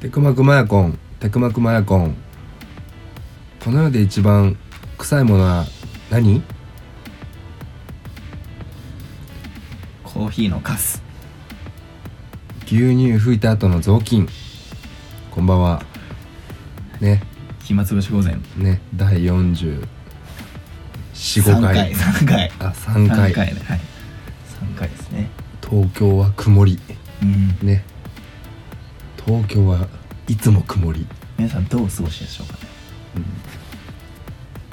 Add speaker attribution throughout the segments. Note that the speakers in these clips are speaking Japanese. Speaker 1: テクマクマヤコンテクマクマヤコンこの世で一番臭いものは何
Speaker 2: コーヒーのカス
Speaker 1: 牛乳拭いた後の雑巾こんばんはね
Speaker 2: 暇つぶし午前
Speaker 1: ね第44 5
Speaker 2: 3
Speaker 1: 回
Speaker 2: 回3回
Speaker 1: あ3
Speaker 2: 3
Speaker 1: 回
Speaker 2: 回ねはい3回ですね
Speaker 1: 東京は曇り
Speaker 2: うん
Speaker 1: ね東京はいつも曇り
Speaker 2: 皆さんどうお過ごしでしょうかね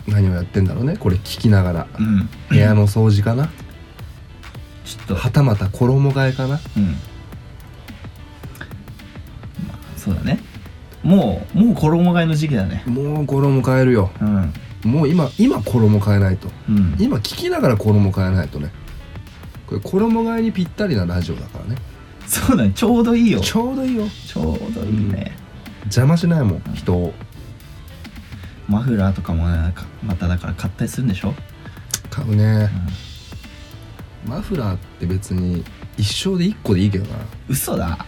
Speaker 1: 何をやってんだろうねこれ聞きながら
Speaker 2: うん
Speaker 1: 部屋の掃除かな
Speaker 2: ちょっと
Speaker 1: はたまた衣替えかな
Speaker 2: うんまあそうだねもうもう衣替えの時期だね
Speaker 1: もう衣替えるよ
Speaker 2: うん
Speaker 1: もう今今衣替えないと
Speaker 2: うん
Speaker 1: 今聞きながら衣替えないとねこれ衣替えにぴったりなラジオだからね
Speaker 2: そうだねちょうどいいよ
Speaker 1: ちょうどいいよ
Speaker 2: ちょうどいいね、
Speaker 1: 邪魔しないもん人を
Speaker 2: マフラーとかもねなんかまただから買ったりするんでしょ、
Speaker 1: 買うね
Speaker 2: うん、
Speaker 1: マフラーって別に一生で1個でいいけどな
Speaker 2: 嘘だ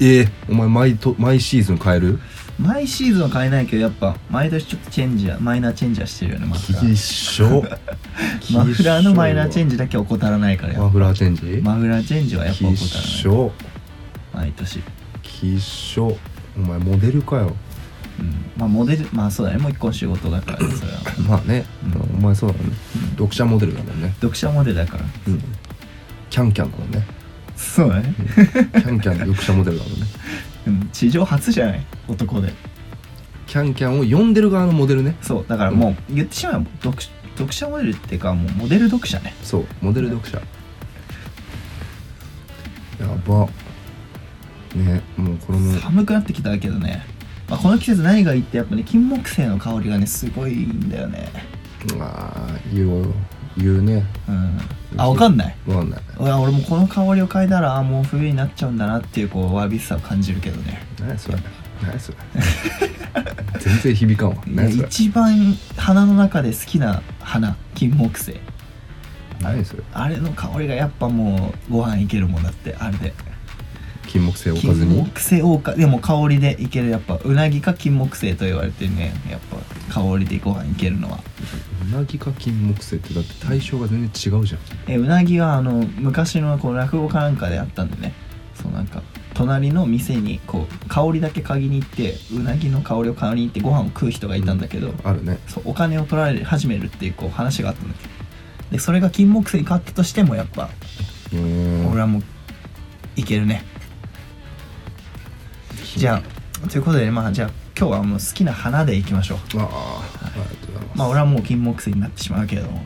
Speaker 1: ええお前毎と毎シーズン買える
Speaker 2: 毎シーズンは買えないけどやっぱ毎年ちょっとチェンジやマイナーチェンジはしてるよねマフラー
Speaker 1: 一生
Speaker 2: マフラーのマイナーチェ
Speaker 1: ン
Speaker 2: ンジだけ怠らないから
Speaker 1: マ
Speaker 2: よ
Speaker 1: フラーチェンジ
Speaker 2: マフラーチェンジはやっぱ
Speaker 1: きっ
Speaker 2: 怠ら
Speaker 1: し
Speaker 2: ない
Speaker 1: ょ
Speaker 2: 毎年
Speaker 1: きっしょお前モデルかよ
Speaker 2: うんまあモデルまあそうだねもう一個の仕事だからねそれは
Speaker 1: まあね、
Speaker 2: うん
Speaker 1: お前そうだもんね、
Speaker 2: うん
Speaker 1: 読者モデルだもんね、
Speaker 2: 読者モデルだから
Speaker 1: うん、キャンキャンだもんね
Speaker 2: そうだね、
Speaker 1: キャンキャンの読者モデルだもんね
Speaker 2: うん、地上初じゃない男で
Speaker 1: キャンキャンを読んでる側のモデルね
Speaker 2: そうだからもう言ってしまえば読読者モデルっていうかもうモデル読者ね
Speaker 1: そうモデル読者やばねもうこれも
Speaker 2: 寒くなってきたけどね、まあ、この季節何がいいってやっぱね金木犀の香りがねすごいいいんだよね
Speaker 1: ああ言うよ言うね
Speaker 2: うんあわかんない
Speaker 1: わかんない
Speaker 2: いや俺もこの香りを嗅いだらあもう冬になっちゃうんだなっていうこうわびしさを感じるけどね
Speaker 1: 何それ何それ全然響かんわ
Speaker 2: いや
Speaker 1: 何それ
Speaker 2: 一番花の中で好きな花金木犀
Speaker 1: 何それ
Speaker 2: あれの香りがやっぱもうご飯いけるもんだってあれで
Speaker 1: 金木犀おかず
Speaker 2: 金
Speaker 1: に
Speaker 2: 木犀おかでも香りでいけるやっぱうなぎか金木犀と言われてねやっぱ香りでご飯いけるのは
Speaker 1: うなぎか金木犀ってだって対象が全然違うじゃん
Speaker 2: えうなぎはあの昔のこう落語かなんかであったんでねそうなんか隣の店にこう香りだけ嗅ぎに行ってうなぎの香りを嗅ぎに行ってご飯を食う人がいたんだけど、
Speaker 1: あるね
Speaker 2: そうお金を取られ始めるっていうこう話があったんだけどでそれが金木犀に変わったとしてもやっぱ
Speaker 1: うーん
Speaker 2: 俺はもういけるね、じゃあということでまあじゃあ今日はもう好きな花でいきましょう
Speaker 1: ああありがとうございます
Speaker 2: まあ俺はもう金木犀になってしまうけれども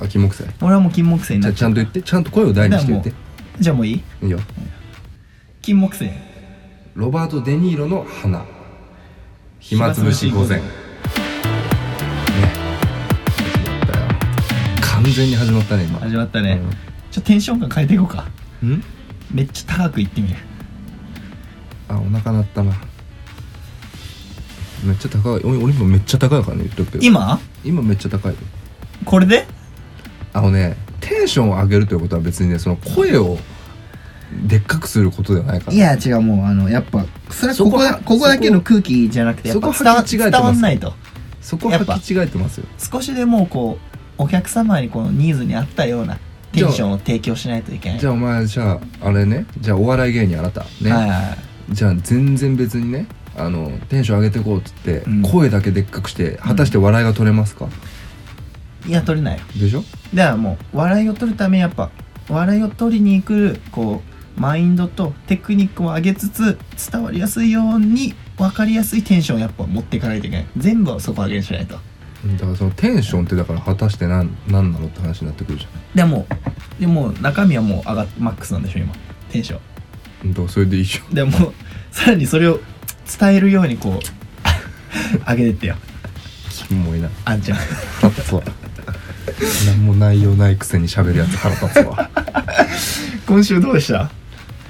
Speaker 1: あ金木犀
Speaker 2: 俺はもう金木犀にな
Speaker 1: じゃ
Speaker 2: っち
Speaker 1: あち
Speaker 2: ゃう
Speaker 1: ゃ
Speaker 2: ん
Speaker 1: と言ってちゃんと声を大にして言って
Speaker 2: だじゃあもういい
Speaker 1: いいよ
Speaker 2: 金木犀
Speaker 1: ロバート・デ・ニーロの花暇つぶし午前ね始まったよ完全に始まったね今
Speaker 2: 始まったね、ちょっとテンション感変えていこうか
Speaker 1: うんん
Speaker 2: めっちゃ高くいってみる
Speaker 1: あお腹鳴ったなめっちゃ高い俺俺今めっちゃ高いからね言っとくけど
Speaker 2: 今
Speaker 1: 今めっちゃ高いよ
Speaker 2: これで
Speaker 1: あのねテンションを上げるということは別にねその声をでっかくすることではないから
Speaker 2: いや違うもうあのやっぱそれは
Speaker 1: そ
Speaker 2: こ
Speaker 1: こ
Speaker 2: こだ
Speaker 1: は
Speaker 2: ここだけ
Speaker 1: そこ
Speaker 2: の空気じゃなくてやっぱ
Speaker 1: そ
Speaker 2: 伝
Speaker 1: こは
Speaker 2: わ
Speaker 1: 履き違え
Speaker 2: 伝
Speaker 1: てます
Speaker 2: わんないと
Speaker 1: そこ履き違えてますよ
Speaker 2: 少しでもこうお客様にこのニーズに合ったようなテンションを提供しないといけない
Speaker 1: じゃあお前じゃああれねじゃあお笑い芸人あなた
Speaker 2: は
Speaker 1: ね、
Speaker 2: いはいはい
Speaker 1: じゃあ全然別にねあのテンション上げてこうっつって、
Speaker 2: うん
Speaker 1: 声だけでっかくして果たして笑いが取れますか、
Speaker 2: いや取れないよ
Speaker 1: でしょ
Speaker 2: だからもう笑いを取るためやっぱ笑いを取りに来るこうマインドとテクニックを上げつつ伝わりやすいように分かりやすいテンションをやっぱ持っていかないといけない全部をそこ上げにしないと
Speaker 1: だからそのテンションってだから果たして何何なのって話になってくるじ
Speaker 2: でもでも中身はもう上がっマックスなんでしょ今テンション
Speaker 1: ゃんだからそれでいいじ
Speaker 2: でもさらにそれを伝えるようにこう 上げてってよ
Speaker 1: ゃんキモいな
Speaker 2: あんちゃん
Speaker 1: 腹立 つわ何も内容ないくせに喋るやつ腹立つわ
Speaker 2: 今週どうでした、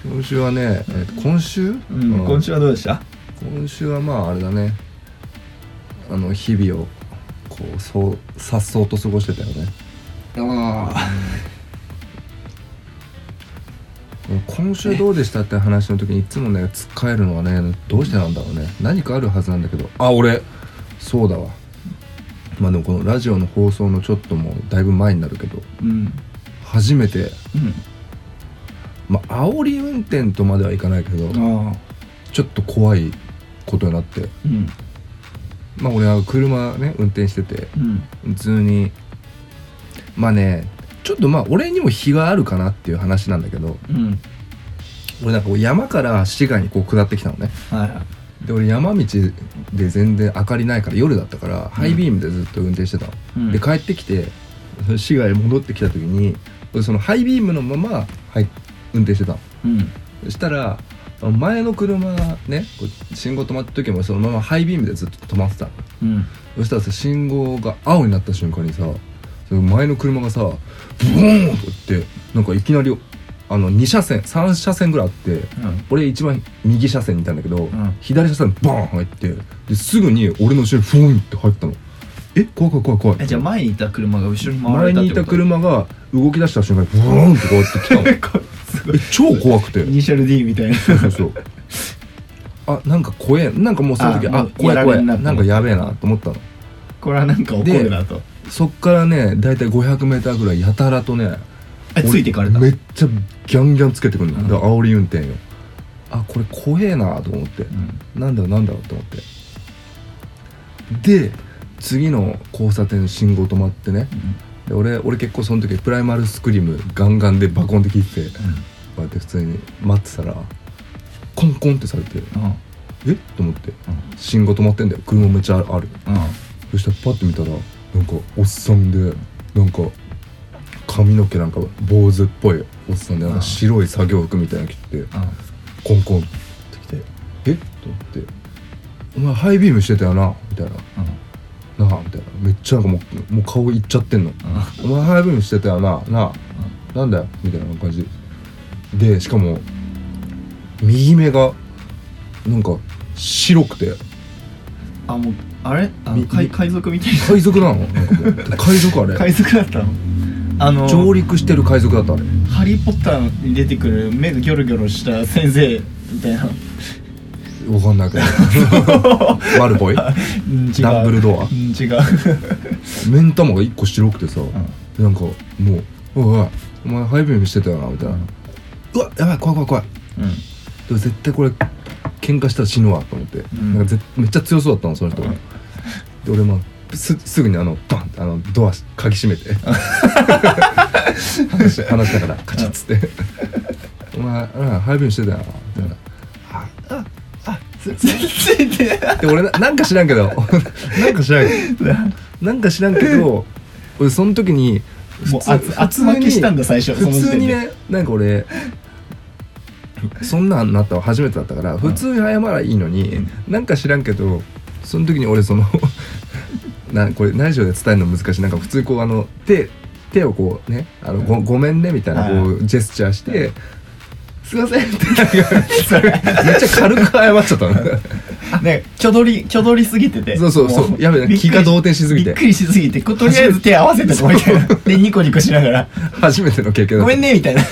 Speaker 1: 今週はね、えー今週、
Speaker 2: うん
Speaker 1: うん
Speaker 2: 今週はどうでした
Speaker 1: 今週はまああれだねあの日々をこうそう颯爽と過ごしてたよね
Speaker 2: ああ
Speaker 1: 今週どうでしたって話の時にいつもねつっかえるのはねどうしてなんだろうね何かあるはずなんだけどあ俺そうだわまあでもこのラジオの放送のちょっともうだいぶ前になるけど
Speaker 2: うん
Speaker 1: 初めて
Speaker 2: う
Speaker 1: まあ煽り運転とまではいかないけど
Speaker 2: んああ
Speaker 1: ちょっと怖いことになって
Speaker 2: うん
Speaker 1: まあ俺は車ね運転してて
Speaker 2: うん
Speaker 1: 普通にまあねちょっとまあ俺にも非があるかなっていう話なんだけど
Speaker 2: うん
Speaker 1: 俺なんかこう山から市街にこう下ってきたのね
Speaker 2: はいはい
Speaker 1: で俺山道で全然明かりないから夜だったからハイビームでずっと運転してたの、
Speaker 2: うん
Speaker 1: で帰ってきてその市街戻ってきた時に俺そのハイビームのまま、はい、運転してたの
Speaker 2: うん
Speaker 1: そしたら前の車ねこう信号止まった時もそのままハイビームでずっと止まってたの
Speaker 2: うん
Speaker 1: そしたらさ信号が青になった瞬間にさその前の車がさブオーンとってなんかいきなりあの2車線3車線ぐらいあって
Speaker 2: うん
Speaker 1: 俺一番右車線にいたんだけど、
Speaker 2: ん
Speaker 1: 左車線バーン入ってですぐに俺の後ろにフォンって入ったのえ怖い怖い怖い怖
Speaker 2: え
Speaker 1: い
Speaker 2: じゃあ前にいた車が後ろに回ら
Speaker 1: 前
Speaker 2: れたっ
Speaker 1: に
Speaker 2: て
Speaker 1: い
Speaker 2: こと
Speaker 1: た車が動き出した瞬間にブーンってこうやって来た のえ
Speaker 2: こすごい
Speaker 1: 超怖くて
Speaker 2: イニシャル D みたいな
Speaker 1: そうそうそうあなんか怖えなんかもうその時
Speaker 2: あ
Speaker 1: あ
Speaker 2: もう
Speaker 1: 怖
Speaker 2: や
Speaker 1: い
Speaker 2: られ
Speaker 1: 怖い
Speaker 2: んな
Speaker 1: な
Speaker 2: と
Speaker 1: んかやべえなと思ったの
Speaker 2: これはなんか怒るなと
Speaker 1: そっからね大体 500m ぐらいやたらとね
Speaker 2: えついていかれた
Speaker 1: めっちゃギャンギャンつけてくる
Speaker 2: う
Speaker 1: の、
Speaker 2: ん
Speaker 1: だから煽り運転よあこれ怖えなと思って
Speaker 2: うん
Speaker 1: なんだろうなんだろうと思ってで次の交差点信号止まってねで俺俺結構その時プライマルスクリームガンガンでバコンって聞いててこうやって普通に待ってたらコンコンってされて
Speaker 2: うんうん
Speaker 1: えと思って信号止まってんだよ車めっちゃある
Speaker 2: うん
Speaker 1: そしたらパッて見たらなんかおっさんでなんか髪の毛なんか坊主っぽいおっさんでなんか白い作業服みたいなの着ててコンコンってきて「えっ?」と思って「お前ハイビームしてたよな」みたいな
Speaker 2: う
Speaker 1: 「なあ」みたいなめっちゃなんかもうもう顔いっちゃってんの
Speaker 2: んうん
Speaker 1: 「お前ハイビームしてたよななあなんだよ」みたいな感じでしかも右目がなんか白くて
Speaker 2: あもうあれあの
Speaker 1: み
Speaker 2: 海
Speaker 1: み
Speaker 2: 海賊みたい
Speaker 1: 海賊なのなんかもう海賊あ
Speaker 2: な
Speaker 1: れ
Speaker 2: 海賊だったのあの
Speaker 1: 上陸してる海賊だったあれ
Speaker 2: ハリー・ポッターに出てくる目がギョロギョロした先生みたいな
Speaker 1: わかんないけど 悪っぽい
Speaker 2: うん違う
Speaker 1: ダンブルドア
Speaker 2: うん違う
Speaker 1: 目ん玉が一個白くてさ、
Speaker 2: ん
Speaker 1: なんかもう「おいおいお前ハイビームしてたよな」みたいな「うわやばい怖い怖い怖い」
Speaker 2: うん
Speaker 1: でも絶対これ喧嘩したら死ぬわと思って、
Speaker 2: ん
Speaker 1: なんかぜめっちゃ強そうだったのその人が、
Speaker 2: うん
Speaker 1: で俺まあすすぐにあのバンってあのドア鍵閉めて話し話しながらカチャッつって「お前うんハイビームしてたよな」みたいな「あああす
Speaker 2: 先生って
Speaker 1: で俺ななんか知らん けどなんか知らん なんか知らんけど俺その時に
Speaker 2: もう
Speaker 1: 普通
Speaker 2: 厚厚負けしたんだ最初
Speaker 1: 普
Speaker 2: その時
Speaker 1: 通
Speaker 2: 点
Speaker 1: に
Speaker 2: で
Speaker 1: ねなんか俺そんなんなったの初めてだったから普通に謝らいいのに、
Speaker 2: うん
Speaker 1: なんか知らんけどその時に俺その なこれラジオで伝えるの難しいなんか普通にこうあの手手をこうねあのごごめんねみたいなこうジェスチャーして「すいません」ってなんかめっちゃ軽く謝っちゃったの。
Speaker 2: ねちょどりちょどりすぎてて
Speaker 1: そうそうそう
Speaker 2: も
Speaker 1: やべえ
Speaker 2: びっくり
Speaker 1: 気が動転しすぎて
Speaker 2: びっくりしすぎてこうとりあえず手合わせてこみたいなでニコニコしながら
Speaker 1: 初めての経験だ
Speaker 2: ご
Speaker 1: った
Speaker 2: めんねみたいな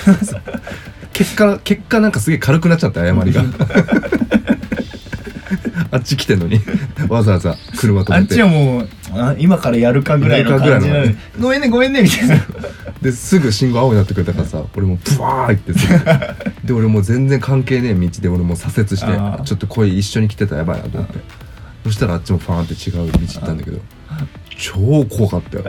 Speaker 1: 結果結果なんかすげえ軽くなっちゃった謝りがあっち来てんのにわざわざ車止
Speaker 2: あ
Speaker 1: め
Speaker 2: っち
Speaker 1: て
Speaker 2: はもうあ今からやるかぐらいの感じなの
Speaker 1: やる
Speaker 2: にごめんねごめんねみたいな
Speaker 1: ですぐ信号青になってくれたからさ俺もうブワーってすぐで俺もう全然関係ねえ道で俺もう左折して
Speaker 2: あー
Speaker 1: ちょっと恋一緒に来てたらやばいなと思ってそしたらあっちもファーンって違う道行ったんだけど超怖かったよ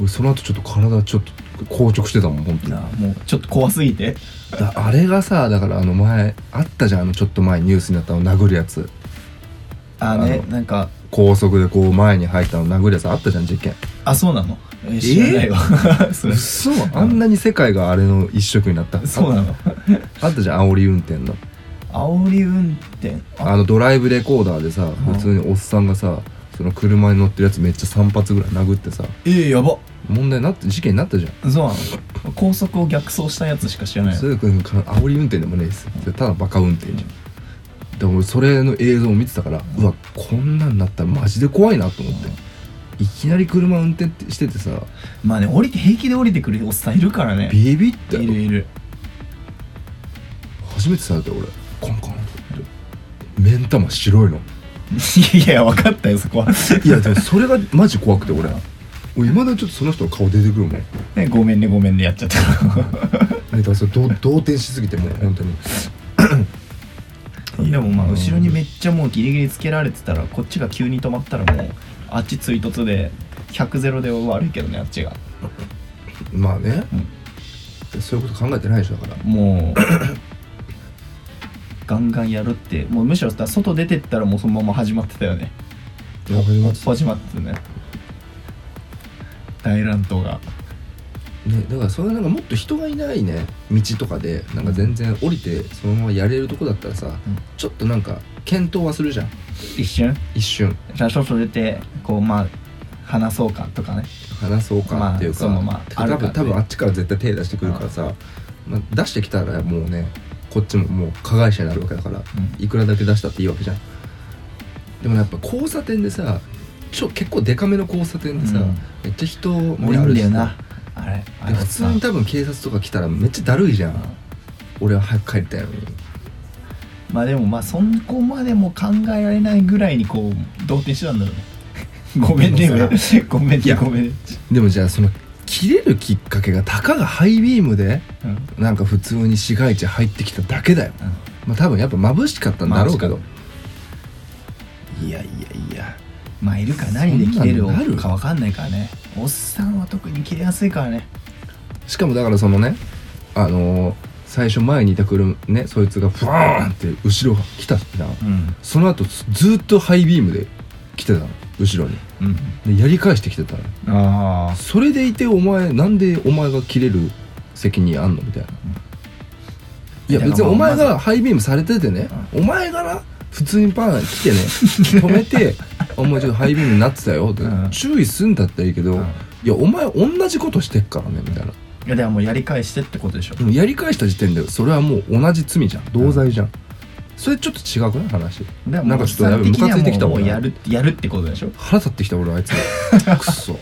Speaker 1: 俺その後ちょっと体ちょっと硬直してたもん本当に
Speaker 2: なあもうちょっと怖すぎて
Speaker 1: だあれがさだからあの前あったじゃんあのちょっと前ニュースになったあの殴るやつ
Speaker 2: あーね
Speaker 1: あの
Speaker 2: なんか
Speaker 1: 高速でこう前に入ったの殴るやつあったじゃん事件
Speaker 2: あそうなのえー知らないわ それ
Speaker 1: 嘘あんなに世界があれの一色になった
Speaker 2: そうなの
Speaker 1: あったじゃん煽り運転の
Speaker 2: 煽り運転
Speaker 1: あのドライブレコーダーでさ普通におっさんがさその車に乗ってるやつめっちゃ3発ぐらい殴ってさ
Speaker 2: えー、やば
Speaker 1: 問題になって事件になったじゃん
Speaker 2: そうなの高速を逆走したやつしか知らない
Speaker 1: そういうのか煽り運転でもねえですそれただバカ運転じゃんで俺それの映像を見てたからうわこんなんなったらマジで怖いなと思っていきなり車運転しててさ
Speaker 2: まあね降りて平気で降りてくるおっさんいるからね
Speaker 1: ビビった
Speaker 2: いる
Speaker 1: よ
Speaker 2: いる
Speaker 1: 初めてされて俺コンコンって目ん玉白いの
Speaker 2: いやいや分かったよそこは
Speaker 1: いやでもそれが マジ怖くて俺俺いまだにちょっとその人の顔出てくるもん
Speaker 2: ねごめんねごめんねやっちゃった
Speaker 1: ネタそれどう動転しすぎてもう本当に
Speaker 2: でもまあ後ろにめっちゃもうギリギリつけられてたらこっちが急に止まったらもうあっち追突で100ゼロで悪いけどねあっちが
Speaker 1: まあね、そういうこと考えてないでしょだから
Speaker 2: もうガンガンやるってもうむしろさ外出てったらもうそのまま始まってたよね
Speaker 1: わかります
Speaker 2: 始まってたね大乱闘が
Speaker 1: ね、だからそれなんかもっと人がいないね道とかでなんか全然降りてそのままやれるとこだったらさ、
Speaker 2: ん
Speaker 1: ちょっとなんか検討はするじゃん
Speaker 2: 一瞬
Speaker 1: 一瞬
Speaker 2: じゃあ外出てこうまあ話そうかとかね
Speaker 1: 話そうかっていうか、
Speaker 2: まあそうまあまあ
Speaker 1: て
Speaker 2: あ
Speaker 1: か
Speaker 2: るか
Speaker 1: 多
Speaker 2: ら
Speaker 1: 分
Speaker 2: ね
Speaker 1: 多分あっちから絶対手出してくるからさ、まあ、出してきたらもうねこっちももう加害者になるわけだから、
Speaker 2: う
Speaker 1: いくらだけ出したっていいわけじゃんでもやっぱ交差点でさちょ結構デカめの交差点でさ、
Speaker 2: うん
Speaker 1: めっちゃ人
Speaker 2: 多
Speaker 1: も
Speaker 2: い
Speaker 1: あ
Speaker 2: ん
Speaker 1: る
Speaker 2: だ
Speaker 1: し
Speaker 2: よ
Speaker 1: さ
Speaker 2: なあれあ
Speaker 1: で
Speaker 2: れ
Speaker 1: 普通に
Speaker 2: さ
Speaker 1: 多分警察とか来たらめっちゃだるいじゃん、俺は早く帰りたいのに。
Speaker 2: まあでもまあそこまでも考えられないぐらいにこう動転してたんだろうね ごめんね
Speaker 1: でも
Speaker 2: ごめん
Speaker 1: い
Speaker 2: ね
Speaker 1: や
Speaker 2: ごめんね、
Speaker 1: でもじゃあその切れるきっかけがたかがハイビームで
Speaker 2: うん
Speaker 1: なんか普通に市街地入ってきただけだよ、まあ多分やっぱ眩しかったんだろうけど
Speaker 2: 眩し
Speaker 1: いやいやいや
Speaker 2: まあいるか何で切れる
Speaker 1: そんなんなる
Speaker 2: かわかんないからねおっさんは特に切れやすいからね
Speaker 1: しかもだからそのねあのー最初前にいた車ねそいつがフワーンって後ろが来たじゃん、
Speaker 2: うん
Speaker 1: その後ずずーっとハイビームで来てたの後ろに
Speaker 2: うん
Speaker 1: でやり返してきてたの
Speaker 2: あ
Speaker 1: それでいてお前なんでお前が切れる責任あんのみたいな、いや
Speaker 2: いや
Speaker 1: 別に
Speaker 2: まあ
Speaker 1: お前
Speaker 2: ま
Speaker 1: がハイビームされててね、お前がな普通にパン来てね 止めて「お前ちょっとハイビームになってたよ」って、
Speaker 2: うん
Speaker 1: 注意すんだったらいいけど、
Speaker 2: うん
Speaker 1: いやお前同じことしてっからねみたいな、
Speaker 2: あいやでももうやり返してってことでしょ
Speaker 1: やり返した時点でそれはもう同じ罪じゃん同罪じゃん、それちょっと違くない話
Speaker 2: でも
Speaker 1: なんかちょっとやべえムカついてきた
Speaker 2: も
Speaker 1: も
Speaker 2: うんやるやるってことでしょ
Speaker 1: 腹立ってきた俺 あいつくっそも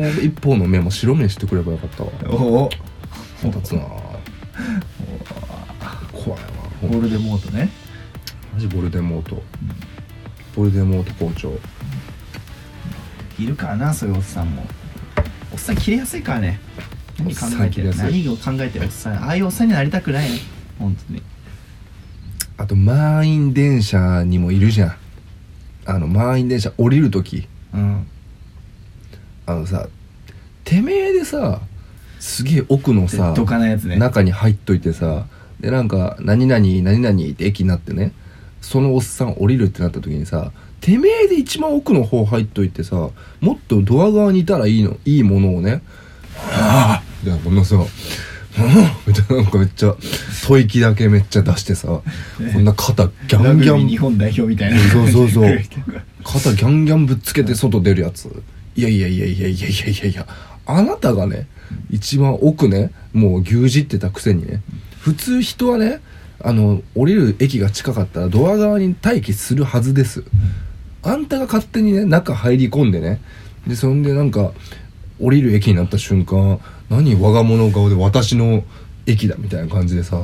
Speaker 1: う一方の目も白目にしてくればよかったわ
Speaker 2: おお
Speaker 1: 腹立つなあ怖いわ
Speaker 2: ボルデモートね
Speaker 1: マジボルデモート、ボルデモート校長
Speaker 2: いるからなそういうおっさんもおっさん切れやすいからね何考
Speaker 1: おっさ
Speaker 2: え
Speaker 1: ん
Speaker 2: て
Speaker 1: 切れや
Speaker 2: る
Speaker 1: すい
Speaker 2: 何を考えてるおっさんああいうおっさんになりたくないね本当に
Speaker 1: あと満員電車にもいるじゃんあの満員電車降りる時
Speaker 2: うん
Speaker 1: あのさてめえでさすげえ奥のさ
Speaker 2: どかなやつね
Speaker 1: 中に入っといてさでなんか「何々何々」って駅になってねそのおっさん降りるってなった時にさてめえで一番奥の方入っといてさもっとドア側にいたらいいのいいものをね「ああ」みたいなこんなさ「うん」みたいななんかめっちゃ吐息だけめっちゃ出してさこんな肩ギャ
Speaker 2: ラ
Speaker 1: ン
Speaker 2: グビ
Speaker 1: ギ
Speaker 2: ー日
Speaker 1: ャン
Speaker 2: 本代表みたいな
Speaker 1: そうそうそう
Speaker 2: い
Speaker 1: 肩ギャンギャンぶっつけて外出るやついやいやいやいやいやいやいやいやあなたがね一番奥ねもう牛耳ってたくせにね普通人はねあの降りる駅が近かったらドア側に待機するはずですあんたが勝手にね中入り込んでねでそんでなんか降りる駅になった瞬間何我が物顔で私の駅だみたいな感じでさ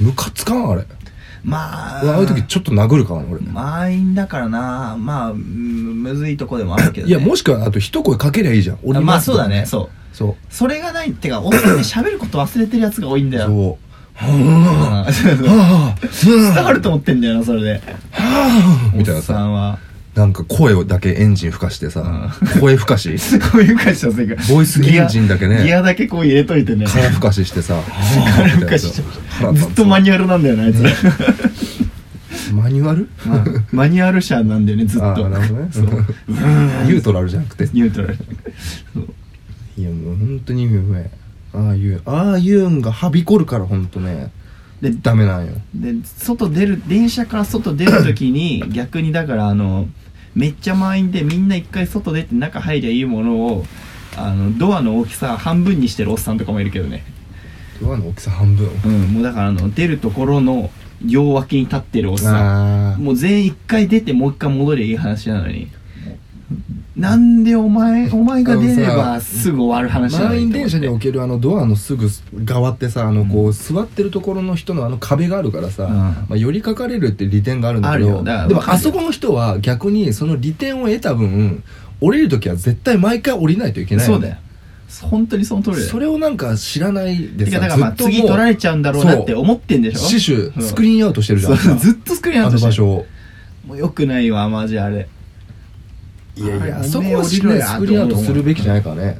Speaker 1: ムカつかんあれ
Speaker 2: ま
Speaker 1: 俺
Speaker 2: あ
Speaker 1: ああいう時ちょっと殴るからね俺
Speaker 2: 満員だからなまあうんむずいとこでもあるけど、
Speaker 1: い
Speaker 2: ね、
Speaker 1: やもしくはあと一声かけりゃいいじゃん
Speaker 2: あ
Speaker 1: 俺
Speaker 2: まあそうだねそう
Speaker 1: そう
Speaker 2: それがないってかおっさんね喋ること忘れてるやつが多いんだ
Speaker 1: そ
Speaker 2: よ
Speaker 1: う
Speaker 2: うん
Speaker 1: はあ
Speaker 2: そうそう
Speaker 1: は あ
Speaker 2: 伝わると思ってんだよなそれで
Speaker 1: はあみたい
Speaker 2: おっ
Speaker 1: な
Speaker 2: さ
Speaker 1: さ
Speaker 2: んは
Speaker 1: なんか声をだけエンジンふかしてさ声ふかし
Speaker 2: すごい昔の世界
Speaker 1: ボイスエンジンだけね
Speaker 2: ギアギアだけこう入れといてね
Speaker 1: 空ふかししてさ
Speaker 2: 空吹かしずっとマ
Speaker 1: ニ
Speaker 2: ニュアルなんだよねあいつら
Speaker 1: マニュアル
Speaker 2: うん マニュアル車なんだよねずっと
Speaker 1: あーなるほどね
Speaker 2: そう
Speaker 1: ニュートラルじゃなくて
Speaker 2: ニュートラルそう
Speaker 1: いやもう本当に意味不明ああいうああいうんがはびこるから本当ね
Speaker 2: で
Speaker 1: ダメなんよ
Speaker 2: で外出る電車から外出るとき に逆にだからあのめっちゃ満員でみんな一回外出て中入りゃいいものをあのドアの大きさ半分にしてるおっさんとかもいるけどね
Speaker 1: ドアの大きさ半分
Speaker 2: うんもうだからあの出るところの両脇に立ってるおっさん
Speaker 1: ああ
Speaker 2: もう全員一回出てもう一回戻りゃいい話なのになんでお 前お前が出れば
Speaker 1: あのさ
Speaker 2: すぐ終わる話じゃな
Speaker 1: 満
Speaker 2: い
Speaker 1: 員電車におけるあのドアのすぐ側ってさあのこう座ってるところの人のあの壁があるからさ、
Speaker 2: うん
Speaker 1: まあ、寄りかかれるって利点があるんだけ
Speaker 2: ある
Speaker 1: ど
Speaker 2: よだから
Speaker 1: でも
Speaker 2: わかるよ
Speaker 1: あそこの人は逆にその利点を得た分降りる時は絶対毎回降りないといけない
Speaker 2: そうだよ本当にその通りだよ
Speaker 1: それをなんか知らないで
Speaker 2: てか
Speaker 1: さ
Speaker 2: だからまあ
Speaker 1: ずっともう
Speaker 2: 次取られちゃうんだろうなって思ってんでしょ
Speaker 1: 死守スクリーンアウトしてるじゃん
Speaker 2: そうずっとスクリーンア
Speaker 1: あ
Speaker 2: ウト
Speaker 1: の
Speaker 2: して
Speaker 1: 場
Speaker 2: る
Speaker 1: 所を
Speaker 2: もうよくないわマジあれ
Speaker 1: いやいや
Speaker 2: あ
Speaker 1: あ
Speaker 2: れ
Speaker 1: そこ
Speaker 2: お
Speaker 1: は
Speaker 2: めえ降
Speaker 1: し
Speaker 2: りろ
Speaker 1: ね
Speaker 2: や
Speaker 1: スクリーンアウトするべきじゃないからね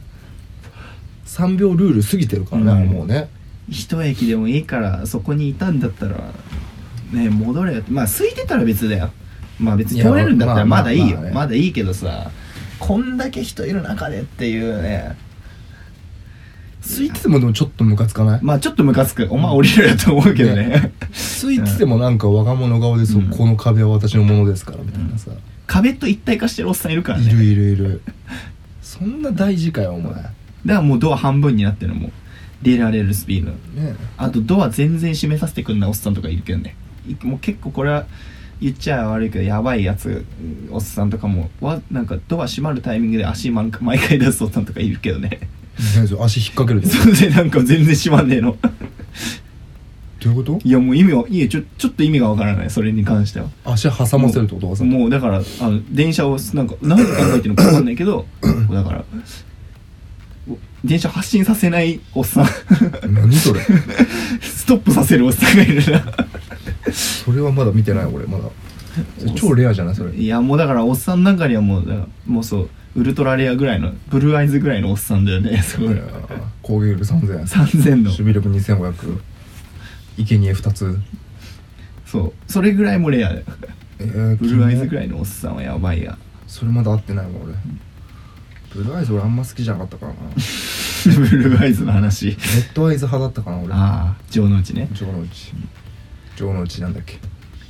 Speaker 1: 3秒ルール過ぎてるからね、
Speaker 2: うん
Speaker 1: あれもうね
Speaker 2: 一駅でもいいからそこにいたんだったらね戻れよってまあ空いてたら別だよまあ別に通れるんだった
Speaker 1: い
Speaker 2: ら
Speaker 1: や
Speaker 2: ま
Speaker 1: まあ
Speaker 2: だいいよ
Speaker 1: まあまあね
Speaker 2: まだいいけどさこんだけ人いる中でっていうね
Speaker 1: 空いててもでもちょっとムカつかない
Speaker 2: まあちょっとムカつくお前降りるよと思うけどね
Speaker 1: ついててもなんか若者顔でそ
Speaker 2: うん
Speaker 1: この壁は私のものですからみたいなさ、
Speaker 2: 壁と一体化してるおっさんいるからね
Speaker 1: いるいるいるそんな大事かよお前
Speaker 2: だ
Speaker 1: ね
Speaker 2: からもうドア半分になってるのもう出られるスピードあとドア全然閉めさせてくんないおっさんとかいるけどねいもう結構これは言っちゃ悪いけどやばいやつうんおっさんとかもわなんかドア閉まるタイミングで足毎回毎回出すおっさんとかいるけどね
Speaker 1: 何それ足引っ掛けるで
Speaker 2: それでなんか全然閉まんねえの
Speaker 1: どういうこ
Speaker 2: いやもう意味はいやちょちょっと意味がわからないそれに関しては
Speaker 1: と足挟ませるってことはさ
Speaker 2: もうだからあの電車をなんか何で考えてるのかわかんないけどだからお電車発進させないおっさん
Speaker 1: 何それ
Speaker 2: ストップさせるおっさんがいるな
Speaker 1: それはまだ見てない俺まだ超レアじゃないそれ
Speaker 2: いやもうだからおっさんの中にはもうだからもうそうウルトラレアぐらいのブルーアイズぐらいのおっさんだよね すごい
Speaker 1: 攻撃力3000
Speaker 2: 3000の
Speaker 1: 守備力2500生贄2つ
Speaker 2: そうそれぐらいもレアだよ
Speaker 1: えー
Speaker 2: ブルーアイズぐ
Speaker 1: い
Speaker 2: らいのおっさんはやばいや
Speaker 1: それまだ合ってないもん俺ブルーアイズ俺あんま好きじゃなかったからなレ
Speaker 2: ブルーアイズの話
Speaker 1: ッドアイズ派だったかな俺
Speaker 2: ああ城之内ね
Speaker 1: 城之内城之内なんだっけ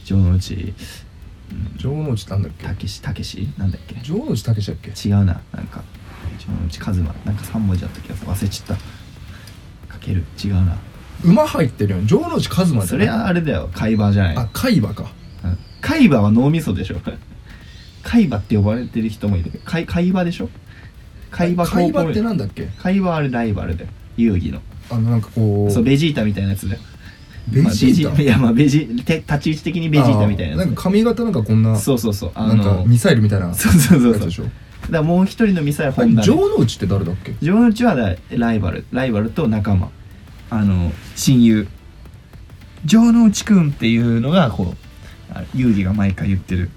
Speaker 2: 城之内
Speaker 1: 城之内なんだっけ
Speaker 2: たけしたけしなんだっけ
Speaker 1: 城之内武志だっけ
Speaker 2: 違うななんか城之内一馬なんか3文字だった気がする忘れちゃったかける違うな
Speaker 1: 馬入ってるよ城之内一馬
Speaker 2: それはあれだよ海馬じゃない
Speaker 1: あ海馬か
Speaker 2: うん海馬は脳みそでしょ 海馬って呼ばれてる人もいる海海馬でしょ海馬
Speaker 1: 海馬
Speaker 2: 高校
Speaker 1: ってなんだっけ
Speaker 2: 海馬はあれライバルだよ遊戯の
Speaker 1: あのなんかこう
Speaker 2: そうベジータみたいなやつだよ
Speaker 1: ベジー
Speaker 2: ま
Speaker 1: タ
Speaker 2: あベジいやまあベジて立ち位置的にベジータみたいな
Speaker 1: あー
Speaker 2: や
Speaker 1: なんか髪型なんかこんな
Speaker 2: つそうそうそうあ
Speaker 1: なんか
Speaker 2: の
Speaker 1: ミサイルみたいなや
Speaker 2: そうそうそう
Speaker 1: つ
Speaker 2: そう
Speaker 1: でしょ
Speaker 2: だからもう一人のミサイル
Speaker 1: あ
Speaker 2: 本
Speaker 1: れ
Speaker 2: 田
Speaker 1: 城之内って誰だっけ
Speaker 2: ジョーチはだライバルライバルと仲間あの親友城之内くんっていうのがこうあ遊戯が毎回言ってる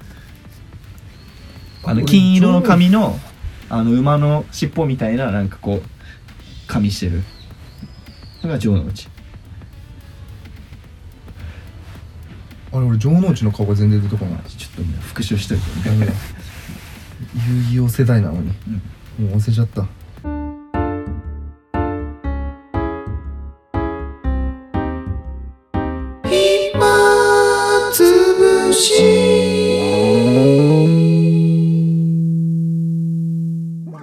Speaker 2: あの
Speaker 1: 俺
Speaker 2: 金色の髪のあの馬の尻尾みたいななんかこう髪してるのが城之内
Speaker 1: あれ俺城之内の顔が全然出て こない
Speaker 2: ちょっとね復習しといて
Speaker 1: ダメだ遊戯王世代なのに、もう忘れちゃった
Speaker 2: ま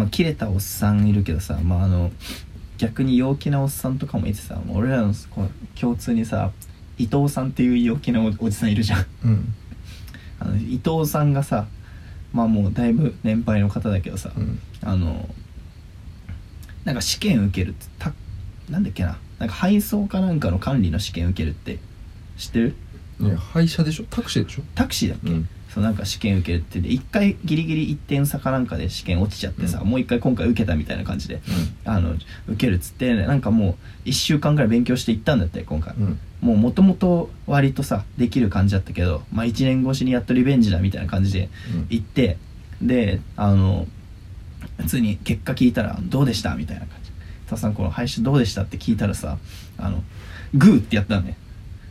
Speaker 2: あ切れたおっさんいるけどさまああの逆に陽気なおっさんとかもいてさもう俺らのこう共通にさ伊藤さんっていう陽気なおおじさんいるじゃん
Speaker 1: うん
Speaker 2: あの伊藤さんがさまあもうだいぶ年配の方だけどさ、
Speaker 1: うん
Speaker 2: あのなんか試験受けるってたなんだっけななんか配送かなんかの管理の試験受けるって知ってる
Speaker 1: ね廃車でしょタクシーでしょ
Speaker 2: タクシーだっけ、
Speaker 1: うん
Speaker 2: そうなんか試験受けるってで一回ギリギリ1点差かなんかで試験落ちちゃってさ、
Speaker 1: う
Speaker 2: もう一回今回受けたみたいな感じであの受けるっつってなんかもう1週間ぐらい勉強していったんだって今回、
Speaker 1: うん
Speaker 2: もうもともと割とさできる感じだったけど、まあ、1年越しにやっとリベンジだみたいな感じで
Speaker 1: うん
Speaker 2: 行ってであの普通に結果聞いたら「どうでした?」みたいな感じ「田さんこの配信どうでした?」って聞いたらさあのグーってやったのね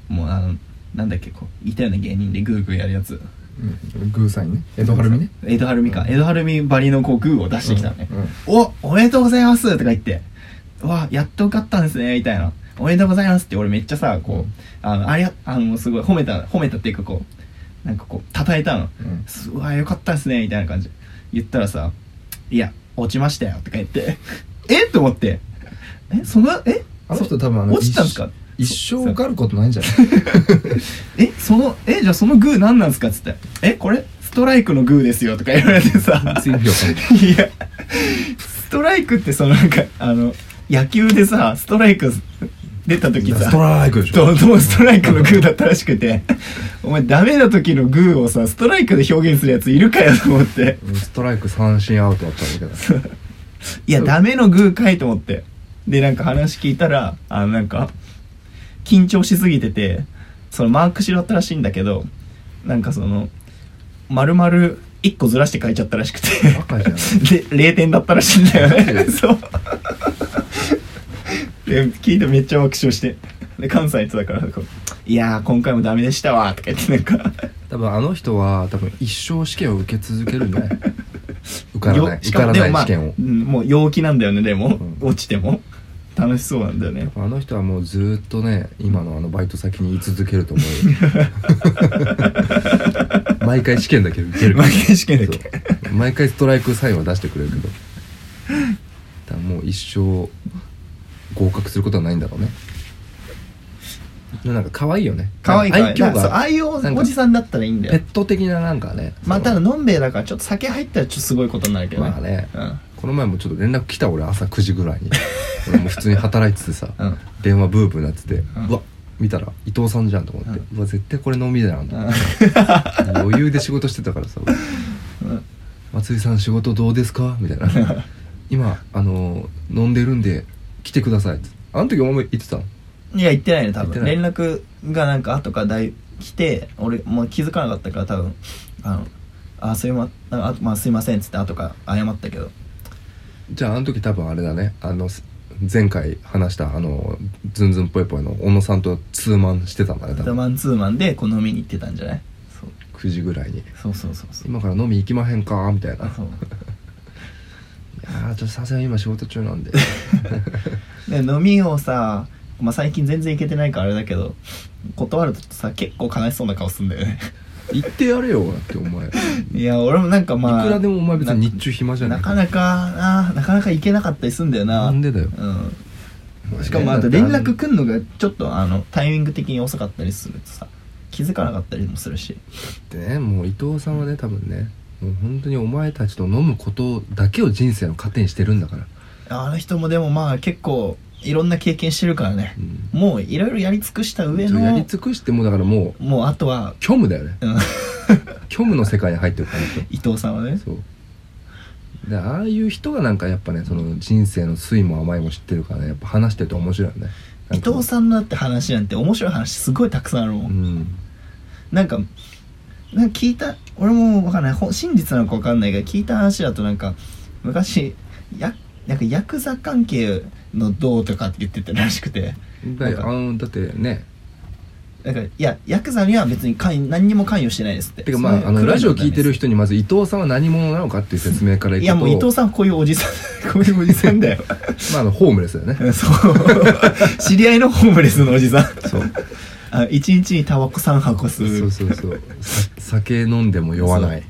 Speaker 2: もうあのなんだっけこういたよね芸人でグーグーやるやつ
Speaker 1: うんグーサインね江戸晴美ね
Speaker 2: 江戸晴美か、江戸晴美ばりのこうグーを出してきたのね、
Speaker 1: うんうん
Speaker 2: おおめでとうございますとか言って「うわやっと受かったんですね」みたいな「おめでとうございます」って俺めっちゃさこう、
Speaker 1: うん
Speaker 2: あのあれあのすごい褒めた褒めたっていうかこうなんかこう叩いたの
Speaker 1: うん
Speaker 2: 「すうわよかったですね」みたいな感じ言ったらさ「いや落ちましたよ」とか言って 「えっ?」と思って「えそのえ
Speaker 1: あの人多分あの
Speaker 2: 落ちたんすか
Speaker 1: 一生
Speaker 2: そう
Speaker 1: 受かることないんじゃない
Speaker 2: えそのえじゃあそのグー何なんすか?」っつって「えこれトライクのグーですよ」とか言われてさ
Speaker 1: 全然意味わかんない
Speaker 2: いやストライクってそのなんかあの野球でさストライク出た時さ
Speaker 1: ストライクでし
Speaker 2: ど
Speaker 1: ょ
Speaker 2: うどうもストライクのグーだったらしくてお前ダメな時のグーをさストライクで表現するやついるかよと思って
Speaker 1: ストライク三振アウトだったんだけど
Speaker 2: いやダメのグーかいと思ってでなんか話聞いたらあのなんか緊張しすぎててそのマークしろったらしいんだけどなんかその丸々1個ずらして書いちゃったらしくて
Speaker 1: バカじゃ
Speaker 2: で0点だったらしいんだよ
Speaker 1: マジ
Speaker 2: ね
Speaker 1: で
Speaker 2: そうで聞いてめっちゃ爆笑してで関西の人だからこう「いやー今回もダメでしたわ」とか言ってなんか
Speaker 1: 多分あの人は多分一生試験を受け続けるね受からない
Speaker 2: よ
Speaker 1: 受からない試
Speaker 2: で
Speaker 1: 験を
Speaker 2: も,、うんもう陽気なんだよねでも、
Speaker 1: うん
Speaker 2: 落ちても楽しそうなんだよね
Speaker 1: あの人はもうずーっとね今のあのバイト先に居続けると思うよ毎回試験だけ受ける
Speaker 2: 毎回試験だけ
Speaker 1: そう 毎回ストライクサインは出してくれるけど多分もう一生合格することはないんだろうねなんか可愛いよね
Speaker 2: 可愛いから
Speaker 1: 愛嬌
Speaker 2: だからそうあ
Speaker 1: が
Speaker 2: あいうお
Speaker 1: なんか
Speaker 2: おじさんだったらいいんだ
Speaker 1: ペ
Speaker 2: よ
Speaker 1: ット的ななんかね
Speaker 2: まあただ
Speaker 1: そ
Speaker 2: のんべえだからちょっと酒入ったらちょっとすごいことになるけど
Speaker 1: のまあね
Speaker 2: うん
Speaker 1: この前もちょっと連絡来た俺朝9時ぐ らいに俺も普通に働いててさ
Speaker 2: うん
Speaker 1: 電話ブーブーなってて、うんわ見たら伊藤さんじゃんと思って、うわ絶対これ飲みだなんだ、余裕で仕事してたからさ
Speaker 2: うん
Speaker 1: 「松井さん仕事どうですか?」みたいな「今あの飲んでるんで来てください」ってあの時お前言ってたの
Speaker 2: いや行ってないね多
Speaker 1: 行って
Speaker 2: 分
Speaker 1: ない
Speaker 2: 連絡がなんか後からだい来て俺もう気づかなかったから多分あのあすいまああまあ、すいませんっつって後から謝ったけど
Speaker 1: じゃああの時多分あれだねあのす前回話したあのズンズンぽいぽいの小野さんとツーマンしてたんだね多
Speaker 2: ダ
Speaker 1: 分
Speaker 2: マンツーマンでこう飲みに行ってたんじゃないそう
Speaker 1: 9時ぐらいに
Speaker 2: そうそうそう
Speaker 1: 「
Speaker 2: そう
Speaker 1: 今から飲み行きまへんか?」みたいな「い
Speaker 2: あそう
Speaker 1: やーちょっとさすがに今仕事中なんで」
Speaker 2: で飲みをさ、まあ、最近全然行けてないからあれだけど断るとさ結構悲しそうな顔すんだよ ね
Speaker 1: 行ってやれよだってお前
Speaker 2: いや俺もなんかまあ
Speaker 1: いくらでもお前別に日中暇じゃな
Speaker 2: ないかなかななかなか行けなかったりすんだよな
Speaker 1: なんでだよ
Speaker 2: うん
Speaker 1: お前
Speaker 2: しかも
Speaker 1: ね
Speaker 2: あと
Speaker 1: だ
Speaker 2: 連
Speaker 1: って
Speaker 2: 絡来んのがちょっとあのタイミング的に遅かったりするとさ気づかなかったりもするし
Speaker 1: ってねもう伊藤さんはね多分ねもう本当にお前たちと飲むことだけを人生の糧にしてるんだから
Speaker 2: あの人もでもまあ結構いろんな経験してるからね、もういろいろやり尽くした上
Speaker 1: やり
Speaker 2: の
Speaker 1: 尽くしてもうだからもう
Speaker 2: もうあとは、
Speaker 1: 虚無だよね
Speaker 2: うん
Speaker 1: 虚無の世界に入ってるからね
Speaker 2: 伊藤さんはね
Speaker 1: そうでああいう人がなんかやっぱねその人生の酸いも甘いも知ってるからねやっぱ話してると面白いよね
Speaker 2: 伊藤
Speaker 1: ん
Speaker 2: さんのだって話なんて面白い話すごいたくさんあるもん、
Speaker 1: うん
Speaker 2: なんかなんか聞いた俺も分かんないほん真実なのか分かんないけど聞いた話だとなんか昔やなんかヤクザ関係のどうとかって言ってたらしくて
Speaker 1: だあのだってね
Speaker 2: なんかいやヤクザには別に関与何にも関与してないですって
Speaker 1: てかまああのラジオ聞いてる人にまず伊藤さんは何者なのかっていう説明からいくと
Speaker 2: いやもう伊藤さんこういうおじさん こういうおじさん だよ
Speaker 1: まああのホームレスだよね
Speaker 2: そう 知り合いのホームレスのおじさん
Speaker 1: そう
Speaker 2: あ一日にタバコ3箱吸
Speaker 1: そううそうそうさ酒飲んでも酔わない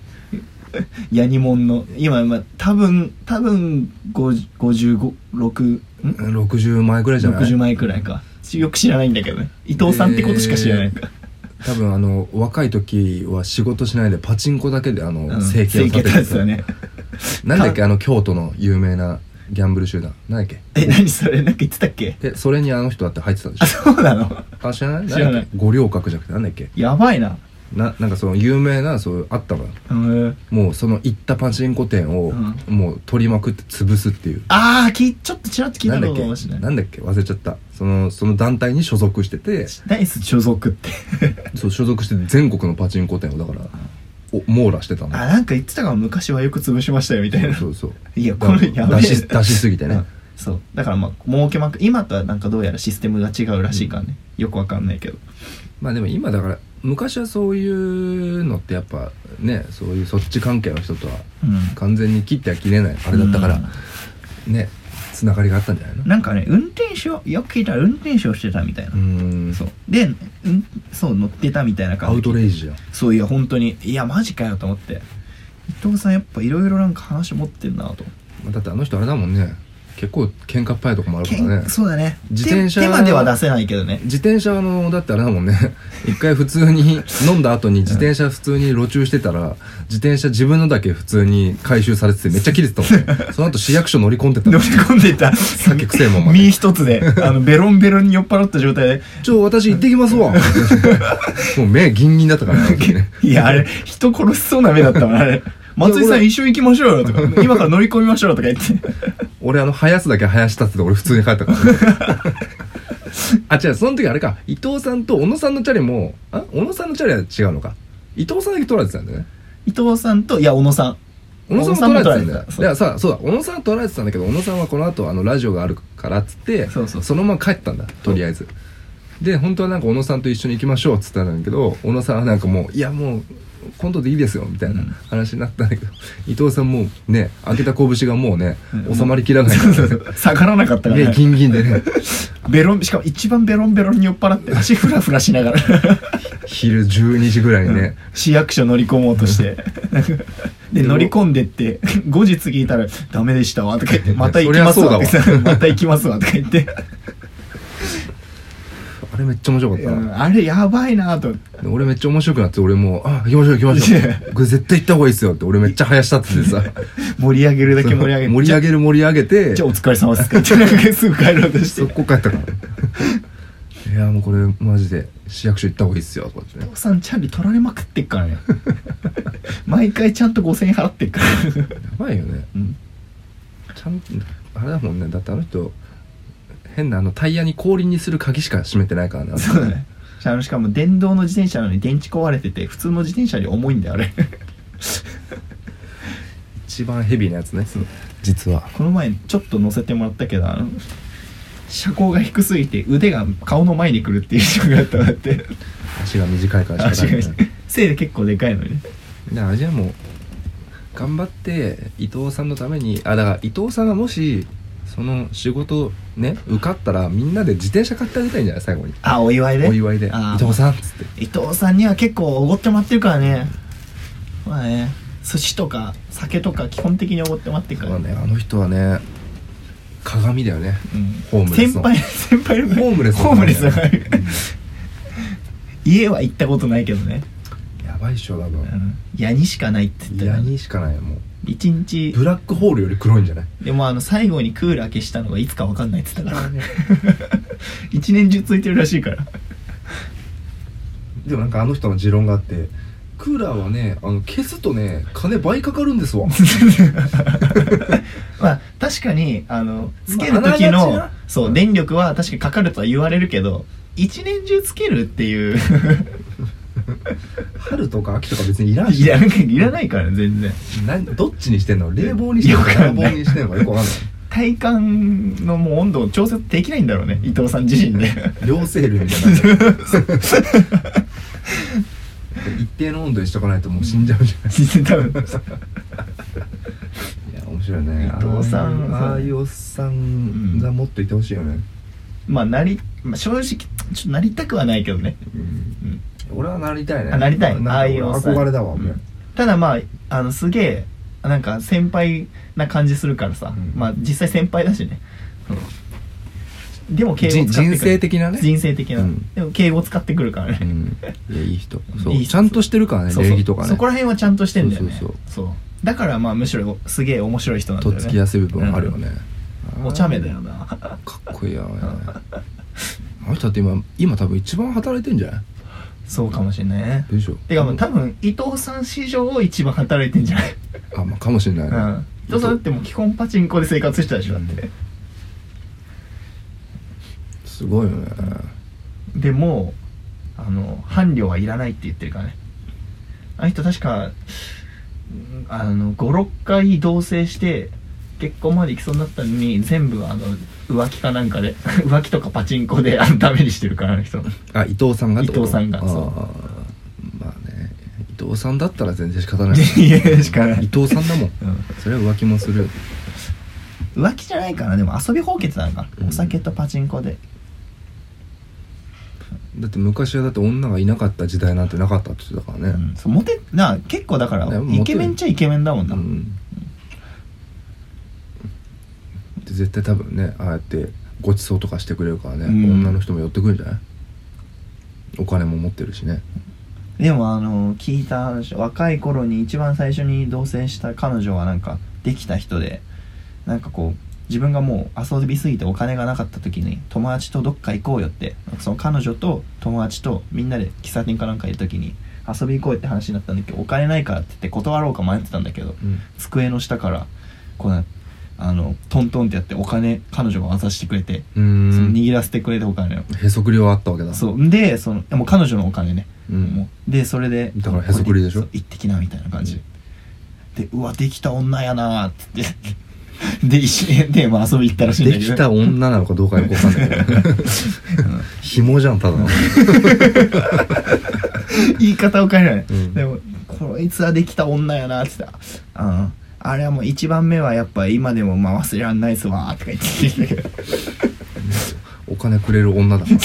Speaker 2: ヤニモンの今今多分多分556ん
Speaker 1: 60前ぐらいじゃない
Speaker 2: 60枚くらいかよく知らないんだけどね伊藤さんってことしか知らないから、
Speaker 1: 多分あの若い時は仕事しないでパチンコだけであ
Speaker 2: う
Speaker 1: の
Speaker 2: ん
Speaker 1: 生計を
Speaker 2: 整
Speaker 1: 立てて
Speaker 2: 形ですよね
Speaker 1: なんだっけあの京都の有名なギャンブル集団なんだっ
Speaker 2: え何それなんか言ってたっけ
Speaker 1: けでそれにあの人だって入ってたでし
Speaker 2: あそうなの
Speaker 1: ょあ知らない
Speaker 2: 知らない
Speaker 1: んだっけ五稜郭じゃなくてなんだっけ
Speaker 2: やばいな
Speaker 1: ななんかその有名なそうあったのよ
Speaker 2: うん
Speaker 1: もうその行ったパチンコ店を
Speaker 2: うん
Speaker 1: もう取りまくって潰すっていう
Speaker 2: ああちょっとちらっと聞い
Speaker 1: な
Speaker 2: た
Speaker 1: んだ
Speaker 2: こ
Speaker 1: っ
Speaker 2: と
Speaker 1: け
Speaker 2: かもしれない
Speaker 1: なんだっけ忘れちゃったそのその団体に所属してて
Speaker 2: ナイス所属って
Speaker 1: そう所属して全国のパチンコ店をだからお網羅して た
Speaker 2: あ
Speaker 1: の
Speaker 2: なんか言ってたかも昔はよく潰しましたよみたいな
Speaker 1: そうそう
Speaker 2: いやこれやべえ
Speaker 1: 出し出しすぎてね、
Speaker 2: うんそうだからまあ儲けまく今とはなんかどうやらシステムが違うらしいからね、よくわかんないけど
Speaker 1: まあでも今だから昔はそういうのってやっぱねそういうそっち関係の人とは
Speaker 2: うん
Speaker 1: 完全に切っては切れないあれだったから、ねつながりがあったんじゃないの
Speaker 2: なんかね運転手をよく聞いたら運転手をしてたみたいな、
Speaker 1: うーん
Speaker 2: そうで、うん、そう乗ってたみたいな
Speaker 1: ア
Speaker 2: 感
Speaker 1: ウ
Speaker 2: じ
Speaker 1: トレイジじゃん
Speaker 2: そういや本当にいやマジかよと思って伊藤さんやっぱいろいろなんか話持ってんなと
Speaker 1: まあだってあの人あれだもんね結構喧嘩っぱいとこもあるか
Speaker 2: け
Speaker 1: らね
Speaker 2: んそうだね
Speaker 1: 自転車
Speaker 2: 手手までは出せないけどね
Speaker 1: 自転車のだってあれだもんね 一回普通に飲んだ後に自転車普通に路駐してたら自転車自分のだけ普通に回収されててめっちゃ切れてたも んねその後市役所乗り込んでった
Speaker 2: 乗
Speaker 1: の
Speaker 2: り込んでいった
Speaker 1: 酒くせえもんまで
Speaker 2: 身一つであのベロンベロンに酔っ払った状態で
Speaker 1: ちょ私行ってきますわもう目ギンギンだったから ねあの時ね
Speaker 2: いやあれ人殺しそうな目だったもんあれ松井さん一緒に行きましょうよとか今から乗り込みましょうよとか言って
Speaker 1: 俺あの生やすだけ生やしたってて俺普通に帰ったからね あ違うその時あれか伊藤さんと小野さんのチャリもあ小野さんのチャリは違うのか伊藤さんだけ取られてたんだよね
Speaker 2: 伊藤さんといや小野さん
Speaker 1: 小野さんも取られてたんだ
Speaker 2: 小野
Speaker 1: よ
Speaker 2: さんも取られてた
Speaker 1: いやさそうだ小野さんは取られてたんだけど小野さんはこの後あのラジオがあるからっつって
Speaker 2: そうそう
Speaker 1: のまま帰ったんだとりあえずで本当はなんか小野さんと一緒に行きましょうっつったんだけど小野さんはなんかもういやもう今度でいいですよみたいな
Speaker 2: うん
Speaker 1: 話になったんだけど、 伊藤さんもうね開けた拳がもうね、
Speaker 2: うん
Speaker 1: 収まりきらないから、ね、
Speaker 2: 下がらなかったから
Speaker 1: 目ギ
Speaker 2: ね
Speaker 1: ンギンでね
Speaker 2: ベロンしかも一番ベロンベロンに酔っ払って足フラフラしながら
Speaker 1: 昼12時ぐらいにね、
Speaker 2: 市役所乗り込もうと してで乗り込んでって後日聞いたら「ダメでしたわ」とか言って「また行きますわ」とか言ってまた行きますわ」とか言って
Speaker 1: あれめっちゃ面白かっ
Speaker 2: い
Speaker 1: たな、
Speaker 2: やあれやばいなと思って
Speaker 1: で俺めっちゃ面白くなって俺もう「あ行きましょう行きましょう」「これ絶対行った方がいいっすよ」って俺めっちゃ林立っててさ
Speaker 2: 盛り上げるだけ盛り上げて
Speaker 1: 盛り上げる盛り上げて
Speaker 2: じゃあお疲れ様ですかって言ってすぐ帰ろうとして
Speaker 1: 速攻帰ったから いやもうこれマジで市役所行った方がいいっすよとかってね
Speaker 2: 父さんチャリ取られまくってっからね毎回ちゃんと5000円払ってっから
Speaker 1: やばいよね
Speaker 2: うん
Speaker 1: ちゃんとあれだもんねだってあの人変なあのタイヤに後輪にする鍵しか閉めてないからね
Speaker 2: そうだねしあのしかも電動の自転車なのに電池壊れてて普通の自転車より重いんだよあれ
Speaker 1: 一番ヘビーなやつね実は
Speaker 2: この前ちょっと乗せてもらったけどあの車高が低すぎて腕が顔の前に来るっていう人があったんだって
Speaker 1: 足が短いから
Speaker 2: 足
Speaker 1: 仕方
Speaker 2: が
Speaker 1: ないみたい
Speaker 2: 背で結構でかいのに
Speaker 1: なだからじゃあもう頑張って伊藤さんのためにあだから伊藤さんがもしその仕事ね受かったらみんなで自転車買ってあげたいんじゃない最後に
Speaker 2: あお祝いで
Speaker 1: お祝いで
Speaker 2: あ
Speaker 1: 伊藤さんっつって
Speaker 2: 伊藤さんには結構おごってもらってるからねまあね寿司とか酒とか基本的におごってもらってるか
Speaker 1: そう
Speaker 2: ら
Speaker 1: だねあの人はね鏡だよねホームレ
Speaker 2: 先
Speaker 1: スの
Speaker 2: 輩先輩の
Speaker 1: ホームレスの
Speaker 2: ホームレスだから家は行ったことないけどね、
Speaker 1: やばいっしょ多
Speaker 2: う
Speaker 1: 分
Speaker 2: ん、矢にしかないって言って
Speaker 1: 嫌
Speaker 2: た
Speaker 1: にしかないよもう
Speaker 2: 一日
Speaker 1: ブラックホールより黒いんじゃない
Speaker 2: でもあの最後にクーラー消したのがいつか分かんないって言ってたから 一年中ついてるらしいから
Speaker 1: でもなんかあの人の持論があってクーラーはねあの消すとね金倍かかるんで すわ
Speaker 2: まあ確かにあのつける
Speaker 1: まああ
Speaker 2: 時
Speaker 1: なが
Speaker 2: の、
Speaker 1: ちな
Speaker 2: そう電力は確かにかかるとは言われるけど一年中つけるっていう
Speaker 1: 春とか秋とか別にいらんし
Speaker 2: いやなんかいらないから全然
Speaker 1: などっちにしてんの冷房にしてんの
Speaker 2: よくわか
Speaker 1: 暖
Speaker 2: んない
Speaker 1: 房にしてんのかよくわかんな
Speaker 2: 体感のもう温度を調節できないんだろうね伊藤さん自身で
Speaker 1: い両生類みたいになっちゃ う一定の温度にしとかないともう死んじゃうじゃない
Speaker 2: 多分
Speaker 1: いや面白いね
Speaker 2: 伊藤さん
Speaker 1: ああいうおっさんがもっといてほしいよね、
Speaker 2: まあなり、まあ、正直ちょっとなりたくはないけどね、うん
Speaker 1: 俺はなりたいね
Speaker 2: あなりたい
Speaker 1: んか
Speaker 2: ああいうおっさん
Speaker 1: 憧れだわ、もう
Speaker 2: うんただまああのすげえなんか先輩な感じするからさ、
Speaker 1: うん
Speaker 2: まあ実際先輩だしね、でも敬語使っ
Speaker 1: 人
Speaker 2: てくる
Speaker 1: 人生的なね
Speaker 2: 人生的な、
Speaker 1: うん
Speaker 2: でも敬語使ってくるからね、
Speaker 1: うん、いやいい人そう
Speaker 2: いい人
Speaker 1: ちゃんとしてるからね
Speaker 2: そうそう
Speaker 1: 礼儀とかね
Speaker 2: そこら辺はちゃんとしてんだよね
Speaker 1: そうそう
Speaker 2: そうだからまあむしろすげえ面白い人なんだ
Speaker 1: と
Speaker 2: よ
Speaker 1: っ
Speaker 2: ね
Speaker 1: つきやすい部分あるよね、
Speaker 2: お茶目だよな
Speaker 1: あーかっこいいやねあの人だって今今多分一番働いてんじゃない
Speaker 2: そうかもしれないね
Speaker 1: でしょ
Speaker 2: てかもう多分伊藤さん史上一番働いてんじゃない、
Speaker 1: あまあかもしれないね、
Speaker 2: うん、伊藤さんだってもう基本パチンコで生活してたでしょだって、
Speaker 1: すごいよね
Speaker 2: でもうあの伴侶はいらないって言ってるからねあの人確かうんあの56回同棲して結婚まで行きそうになったのに全部あの浮気かなんかで 浮気とかパチンコであのダメにしてるからあの人
Speaker 1: あ伊藤さんがってこと
Speaker 2: 伊藤さんが
Speaker 1: あー
Speaker 2: そう
Speaker 1: まあね伊藤さんだったら全然 仕方ない
Speaker 2: いやしかない
Speaker 1: 伊藤さんだもんそれは浮気もする
Speaker 2: 浮気じゃないからでも遊び放棄なのか、
Speaker 1: うん
Speaker 2: お酒とパチンコで
Speaker 1: だって昔はだって女がいなかった時代なんてなかったって言ってたからね、
Speaker 2: そうモテな結構だから
Speaker 1: ねモテる
Speaker 2: イケメンっちゃイケメンだもんな、
Speaker 1: うんで絶対多分ねああやってごちそうとかしてくれるからね、
Speaker 2: うん
Speaker 1: 女の人も寄ってくるんじゃないお金も持ってるしね
Speaker 2: でもあの聞いた話若い頃に一番最初に同棲した彼女はなんかできた人でなんかこう自分がもう遊びすぎてお金がなかった時に友達とどっか行こうよってなんかその彼女と友達とみんなで喫茶店かなんかいる時に遊び行こうよって話になったんだけどお金ないからって言って断ろうか迷ってたんだけど
Speaker 1: うん
Speaker 2: 机の下からこうなあのトントンってやってお金彼女が渡してくれて、その握らせてくれたお金を
Speaker 1: へそくりはあったわけだ
Speaker 2: そうでそのもう彼女のお金ね
Speaker 1: うん、
Speaker 2: もうでそれで
Speaker 1: だからへそくりでしょ
Speaker 2: そう行ってきなみたいな感じ、でうわできた女やなーって言って で一緒にで、まあ、遊び行ったらしいんだ
Speaker 1: で
Speaker 2: けど
Speaker 1: きた女なのかどうかよくわかんないけ どね紐じゃんただの
Speaker 2: 言い方を変えない、
Speaker 1: うん
Speaker 2: でもこいつはできた女やなーって言ってたうんあれはもう一番目はやっぱ今でもまあ忘れらんないっすわーとか言ってきたけど
Speaker 1: お金くれる女だ からね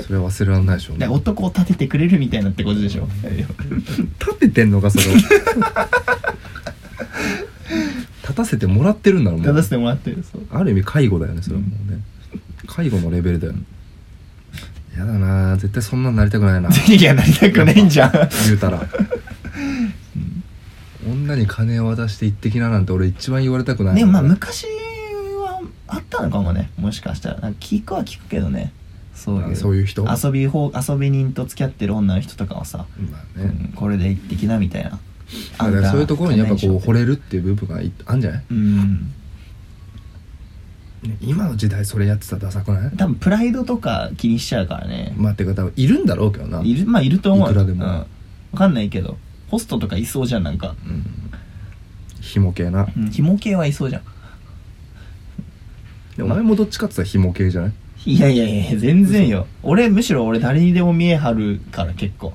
Speaker 1: それは忘れられないでしょう
Speaker 2: で
Speaker 1: ね
Speaker 2: 男を立ててくれるみたいなってことでしょ
Speaker 1: 立ててんのかそれを 立たせてもらってるんだろうも
Speaker 2: 出
Speaker 1: う
Speaker 2: させてもらってるそう
Speaker 1: ある意味介護だよねそれはもうね、介護のレベルだよやだな絶対そんなんなりた くないな
Speaker 2: いやなりたくないんじゃん
Speaker 1: 言うたら女に金を渡して行ってきななんて俺一番言われたくない
Speaker 2: でもまあ昔はあったのかもねもしかしたらなんか聞くは聞くけどねそういう
Speaker 1: あそういう人
Speaker 2: 遊び方遊び人と付き合ってる女の人とかはさ、
Speaker 1: まあ
Speaker 2: う
Speaker 1: ね、
Speaker 2: んこれで行ってきなみたいな
Speaker 1: だからそういうところにやっぱこう惚
Speaker 2: れ
Speaker 1: れるっていう部分がいあんじゃない
Speaker 2: うん
Speaker 1: 今の時代それやってたらダサくない
Speaker 2: 多分プライドとか気にしちゃうからね、
Speaker 1: まあって方いるんだろうけどない
Speaker 2: るまあいると思う
Speaker 1: いくらでも
Speaker 2: うん、わかんないけどホストとかいそうじゃんなんか、
Speaker 1: うん紐系な
Speaker 2: うん、紐系はいそうじゃん
Speaker 1: でお前もどっちかって言ったら紐系じゃない
Speaker 2: いやいやいや全然よ俺むしろ俺誰にでも見え張るから結構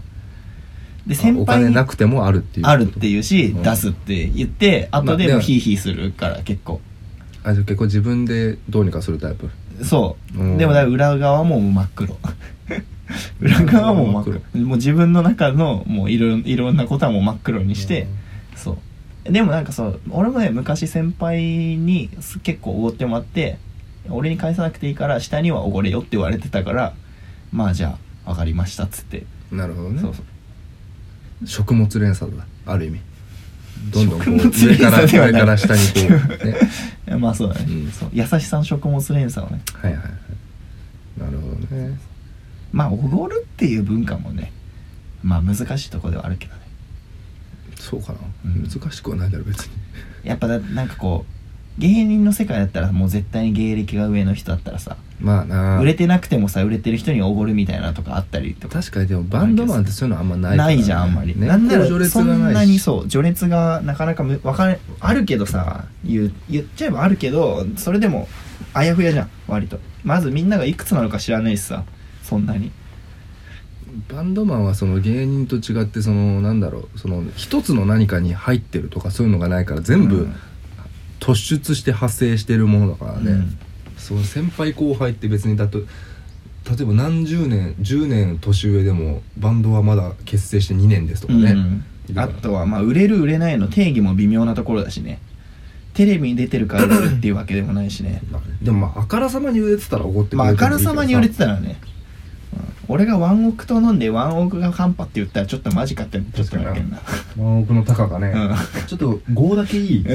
Speaker 2: で先輩に
Speaker 1: お金なくてもあるっていう
Speaker 2: あるっていうし、
Speaker 1: うん
Speaker 2: 出すって言って
Speaker 1: まあ
Speaker 2: 後で
Speaker 1: で
Speaker 2: も
Speaker 1: も
Speaker 2: ヒーヒーするから結構
Speaker 1: あじゃあ結構自分でどうにかするタイプ
Speaker 2: そう、
Speaker 1: うん
Speaker 2: でもだから裏側も真っ黒 裏側も真っ黒
Speaker 1: 裏側も真っ
Speaker 2: もう自分の中のもういろいろんなことはもう真っ黒にして、そうでもなんかそう俺もね昔先輩にす結構おごってもらって俺に返さなくていいから下にはおごれよって言われてたからまあじゃあ分かりましたっつって、
Speaker 1: なるほどね
Speaker 2: そうそう
Speaker 1: 食物連鎖だある意味どんどんこ
Speaker 2: 食
Speaker 1: う
Speaker 2: 物
Speaker 1: 上
Speaker 2: 連
Speaker 1: から
Speaker 2: 鎖では
Speaker 1: 上
Speaker 2: ない
Speaker 1: から下にこ うね
Speaker 2: えまあそうだね、
Speaker 1: うん
Speaker 2: そう優しさの食物連鎖をね
Speaker 1: はいはいはいなるほどね
Speaker 2: まあおごるっていう文化もねまあ難しいとこではあるけどね
Speaker 1: そうかな、
Speaker 2: うん
Speaker 1: 難しくはないだろ別に
Speaker 2: やっぱだなんかこう芸人の世界だったらもう絶対に芸歴が上の人だったらさ
Speaker 1: まあな
Speaker 2: 売れてなくてもさ売れてる人におごるみたいなとかあったりとか
Speaker 1: 確かにでもバンドマンってそういうのあんまないから
Speaker 2: な
Speaker 1: ね
Speaker 2: いじゃんあんまり、
Speaker 1: ね
Speaker 2: なんな
Speaker 1: こう序
Speaker 2: ら
Speaker 1: 列
Speaker 2: そ
Speaker 1: がないし
Speaker 2: んなにそう序列がなかなかむわかれあるけどさ言う言っちゃえばあるけどそれでもあやふやじゃん割とまずみんながいくつなのか知らないしさそんなに
Speaker 1: バンドマンはその芸人と違ってそのなんだろうその一つの何かに入ってるとかそういうのがないから全
Speaker 2: う
Speaker 1: 部
Speaker 2: ん
Speaker 1: 突出して派生してるものだからね、
Speaker 2: うん
Speaker 1: その先輩後輩って別にだと例えば何十年10年年上でもバンドはまだ結成して2年ですとかね、
Speaker 2: うん、あとはまあ売れる売れないの定義も微妙なところだしねテレビに出てるから売れるっていうわけでもないしね
Speaker 1: でもまああからさまに売れてたら怒ってく
Speaker 2: まあ
Speaker 1: れ
Speaker 2: あ
Speaker 1: てもいいけど
Speaker 2: から
Speaker 1: さ
Speaker 2: さまに売れてたらね、うん俺がワンオクと飲んでワンオクがカンパって言ったらちょっとマジかってちょっとなるけどな
Speaker 1: ワンオクのタカがね、
Speaker 2: うん
Speaker 1: ちょっと5だけいい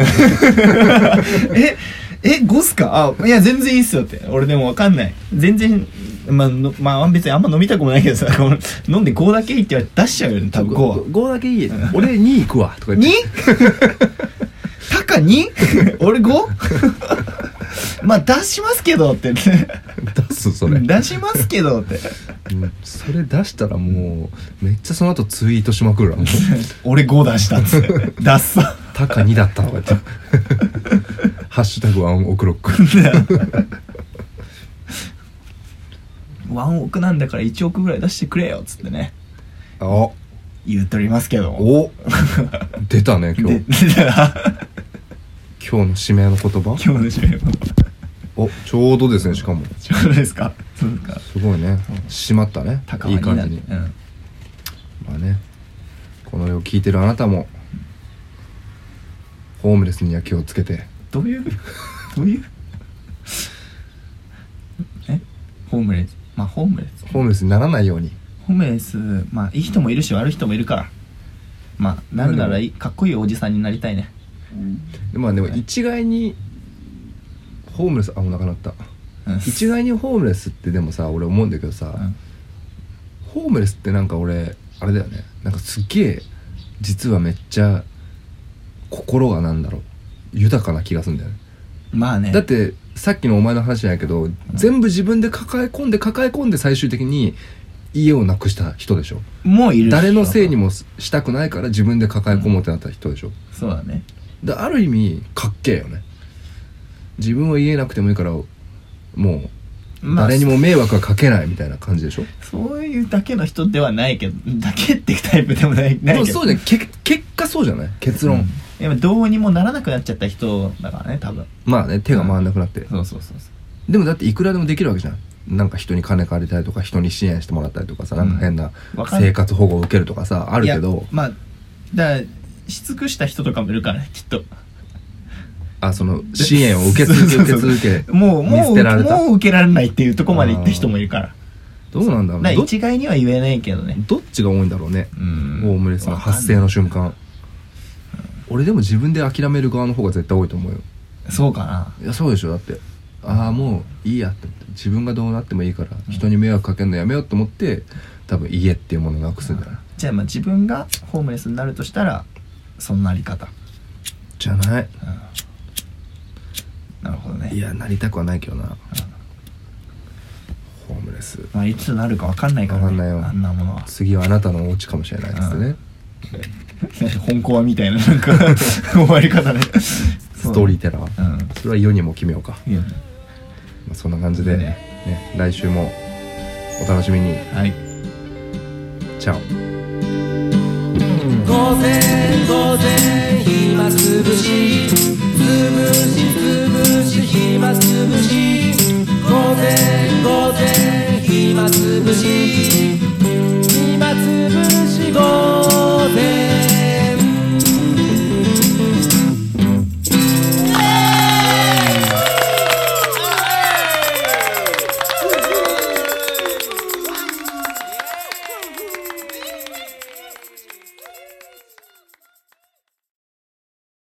Speaker 2: ええゴスかあいや全然いいっすよって俺でもわかんない全然まあのまあ別にあんま飲みたくもないけどさこの飲んで5だけいいって言われて出しちゃうよね多分5は
Speaker 1: 5だけいい俺2行くわとか言って
Speaker 2: 2? タカ 2? 俺 5? まあ出しますけどってね
Speaker 1: 出すそれ
Speaker 2: 出しますけどって
Speaker 1: うんそれ出したらもうめっちゃその後ツイートしまくるなもう
Speaker 2: 俺5出したっつって出すさ
Speaker 1: タカ2だったとか言って「ハッシュタグワンオクロック」
Speaker 2: ワンオクなんだから1億ぐらい出してくれよっつってね
Speaker 1: あお
Speaker 2: 言うとりますけども
Speaker 1: お出たね今
Speaker 2: で
Speaker 1: 日今日の指名の言
Speaker 2: 今
Speaker 1: 葉
Speaker 2: 日の締めも
Speaker 1: おちょうどですねしかも
Speaker 2: ちょうどですかそうですか
Speaker 1: すごいね締まったね
Speaker 2: 高
Speaker 1: い
Speaker 2: はい
Speaker 1: 感じに
Speaker 2: うん、
Speaker 1: まあねこの絵を聞いてるあなたもホームレスには気をつけて
Speaker 2: どういうどういうホームレスまあホームレス
Speaker 1: ホームレスにならないように
Speaker 2: ホームレスまあいい人もいるし悪い人もいるからまあなるならいいかっこいいおじさんになりたいね
Speaker 1: でまあでも
Speaker 2: はい
Speaker 1: 一概にホームレスあお腹 鳴った
Speaker 2: うん
Speaker 1: 一概にホームレスってでもさ俺思うんだけどさ、
Speaker 2: うん
Speaker 1: ホームレスってなんか俺あれだよねなんかすっげえ実はめっちゃ心がなんだろう豊かな気がするんだよね
Speaker 2: まあね
Speaker 1: だってさっきのお前の話じゃないけど、全部自分で抱え込んで抱え込んで最終的に家をなくした人でしょ
Speaker 2: もういるし
Speaker 1: 誰のせいにもすしたくないから自分で抱え込もうってなった人でしょ
Speaker 2: そうだね
Speaker 1: である意味かっけえよね自分は言えなくてもいいからもう
Speaker 2: まあ
Speaker 1: 誰にも迷惑はかけないみたいな感じでしょ、
Speaker 2: そういうだけの人ではないけどだけってタイプでもないな
Speaker 1: で
Speaker 2: い
Speaker 1: も
Speaker 2: けど
Speaker 1: そうじゃんけ結果そうじゃない結論、
Speaker 2: うんやっぱどうにもならなくなっちゃった人だからね多分
Speaker 1: まあね手が回んなくなって、
Speaker 2: そうそうそうそう
Speaker 1: でもだっていくらでもできるわけじゃんなんか人に金借りたりとか人に支援してもらったりとかさなんか変な
Speaker 2: うんわかん
Speaker 1: 生活保護を受けるとかさあるけ
Speaker 2: いや
Speaker 1: ど
Speaker 2: まあだからしつくした人とかもいるからねきっと
Speaker 1: あその支援を受け続け
Speaker 2: そう
Speaker 1: 受け
Speaker 2: そうそう
Speaker 1: 続け
Speaker 2: もう
Speaker 1: 見
Speaker 2: も
Speaker 1: 捨
Speaker 2: う
Speaker 1: てられた
Speaker 2: もう受けられないっていうとこまで行った人もいるから
Speaker 1: どうなんだろう
Speaker 2: だ
Speaker 1: ね
Speaker 2: から
Speaker 1: ど
Speaker 2: 一概には言えないけどね
Speaker 1: どっちが多いんだろうね
Speaker 2: うん
Speaker 1: ホームレスの発生の瞬間俺でも自分で諦める側の方が絶対多いと思うよ
Speaker 2: そうかない
Speaker 1: やそうでしょだってああもういいやって思って自分がどうなってもいいから人に迷惑かけるのやめようと思って多分家っていうものをなくすんじゃない
Speaker 2: じゃあまあ自分がホームレスになるとしたらそのなり方、
Speaker 1: じゃない
Speaker 2: うんなるほどね
Speaker 1: いやなりたくはないけどなホームレス
Speaker 2: まあいつなるかわかんないから、ね、
Speaker 1: わかんないよ
Speaker 2: あんなものは
Speaker 1: 次はあなたのお家かもしれないですね
Speaker 2: 本コアみたいななんか 終わり方ねス
Speaker 1: ストーリーテラー
Speaker 2: ー
Speaker 1: それは世にも決めようか、
Speaker 2: うんいいよね
Speaker 1: まあ、そんな感じで
Speaker 2: いいね
Speaker 1: ね来週もお楽しみに
Speaker 2: はい
Speaker 1: チャオ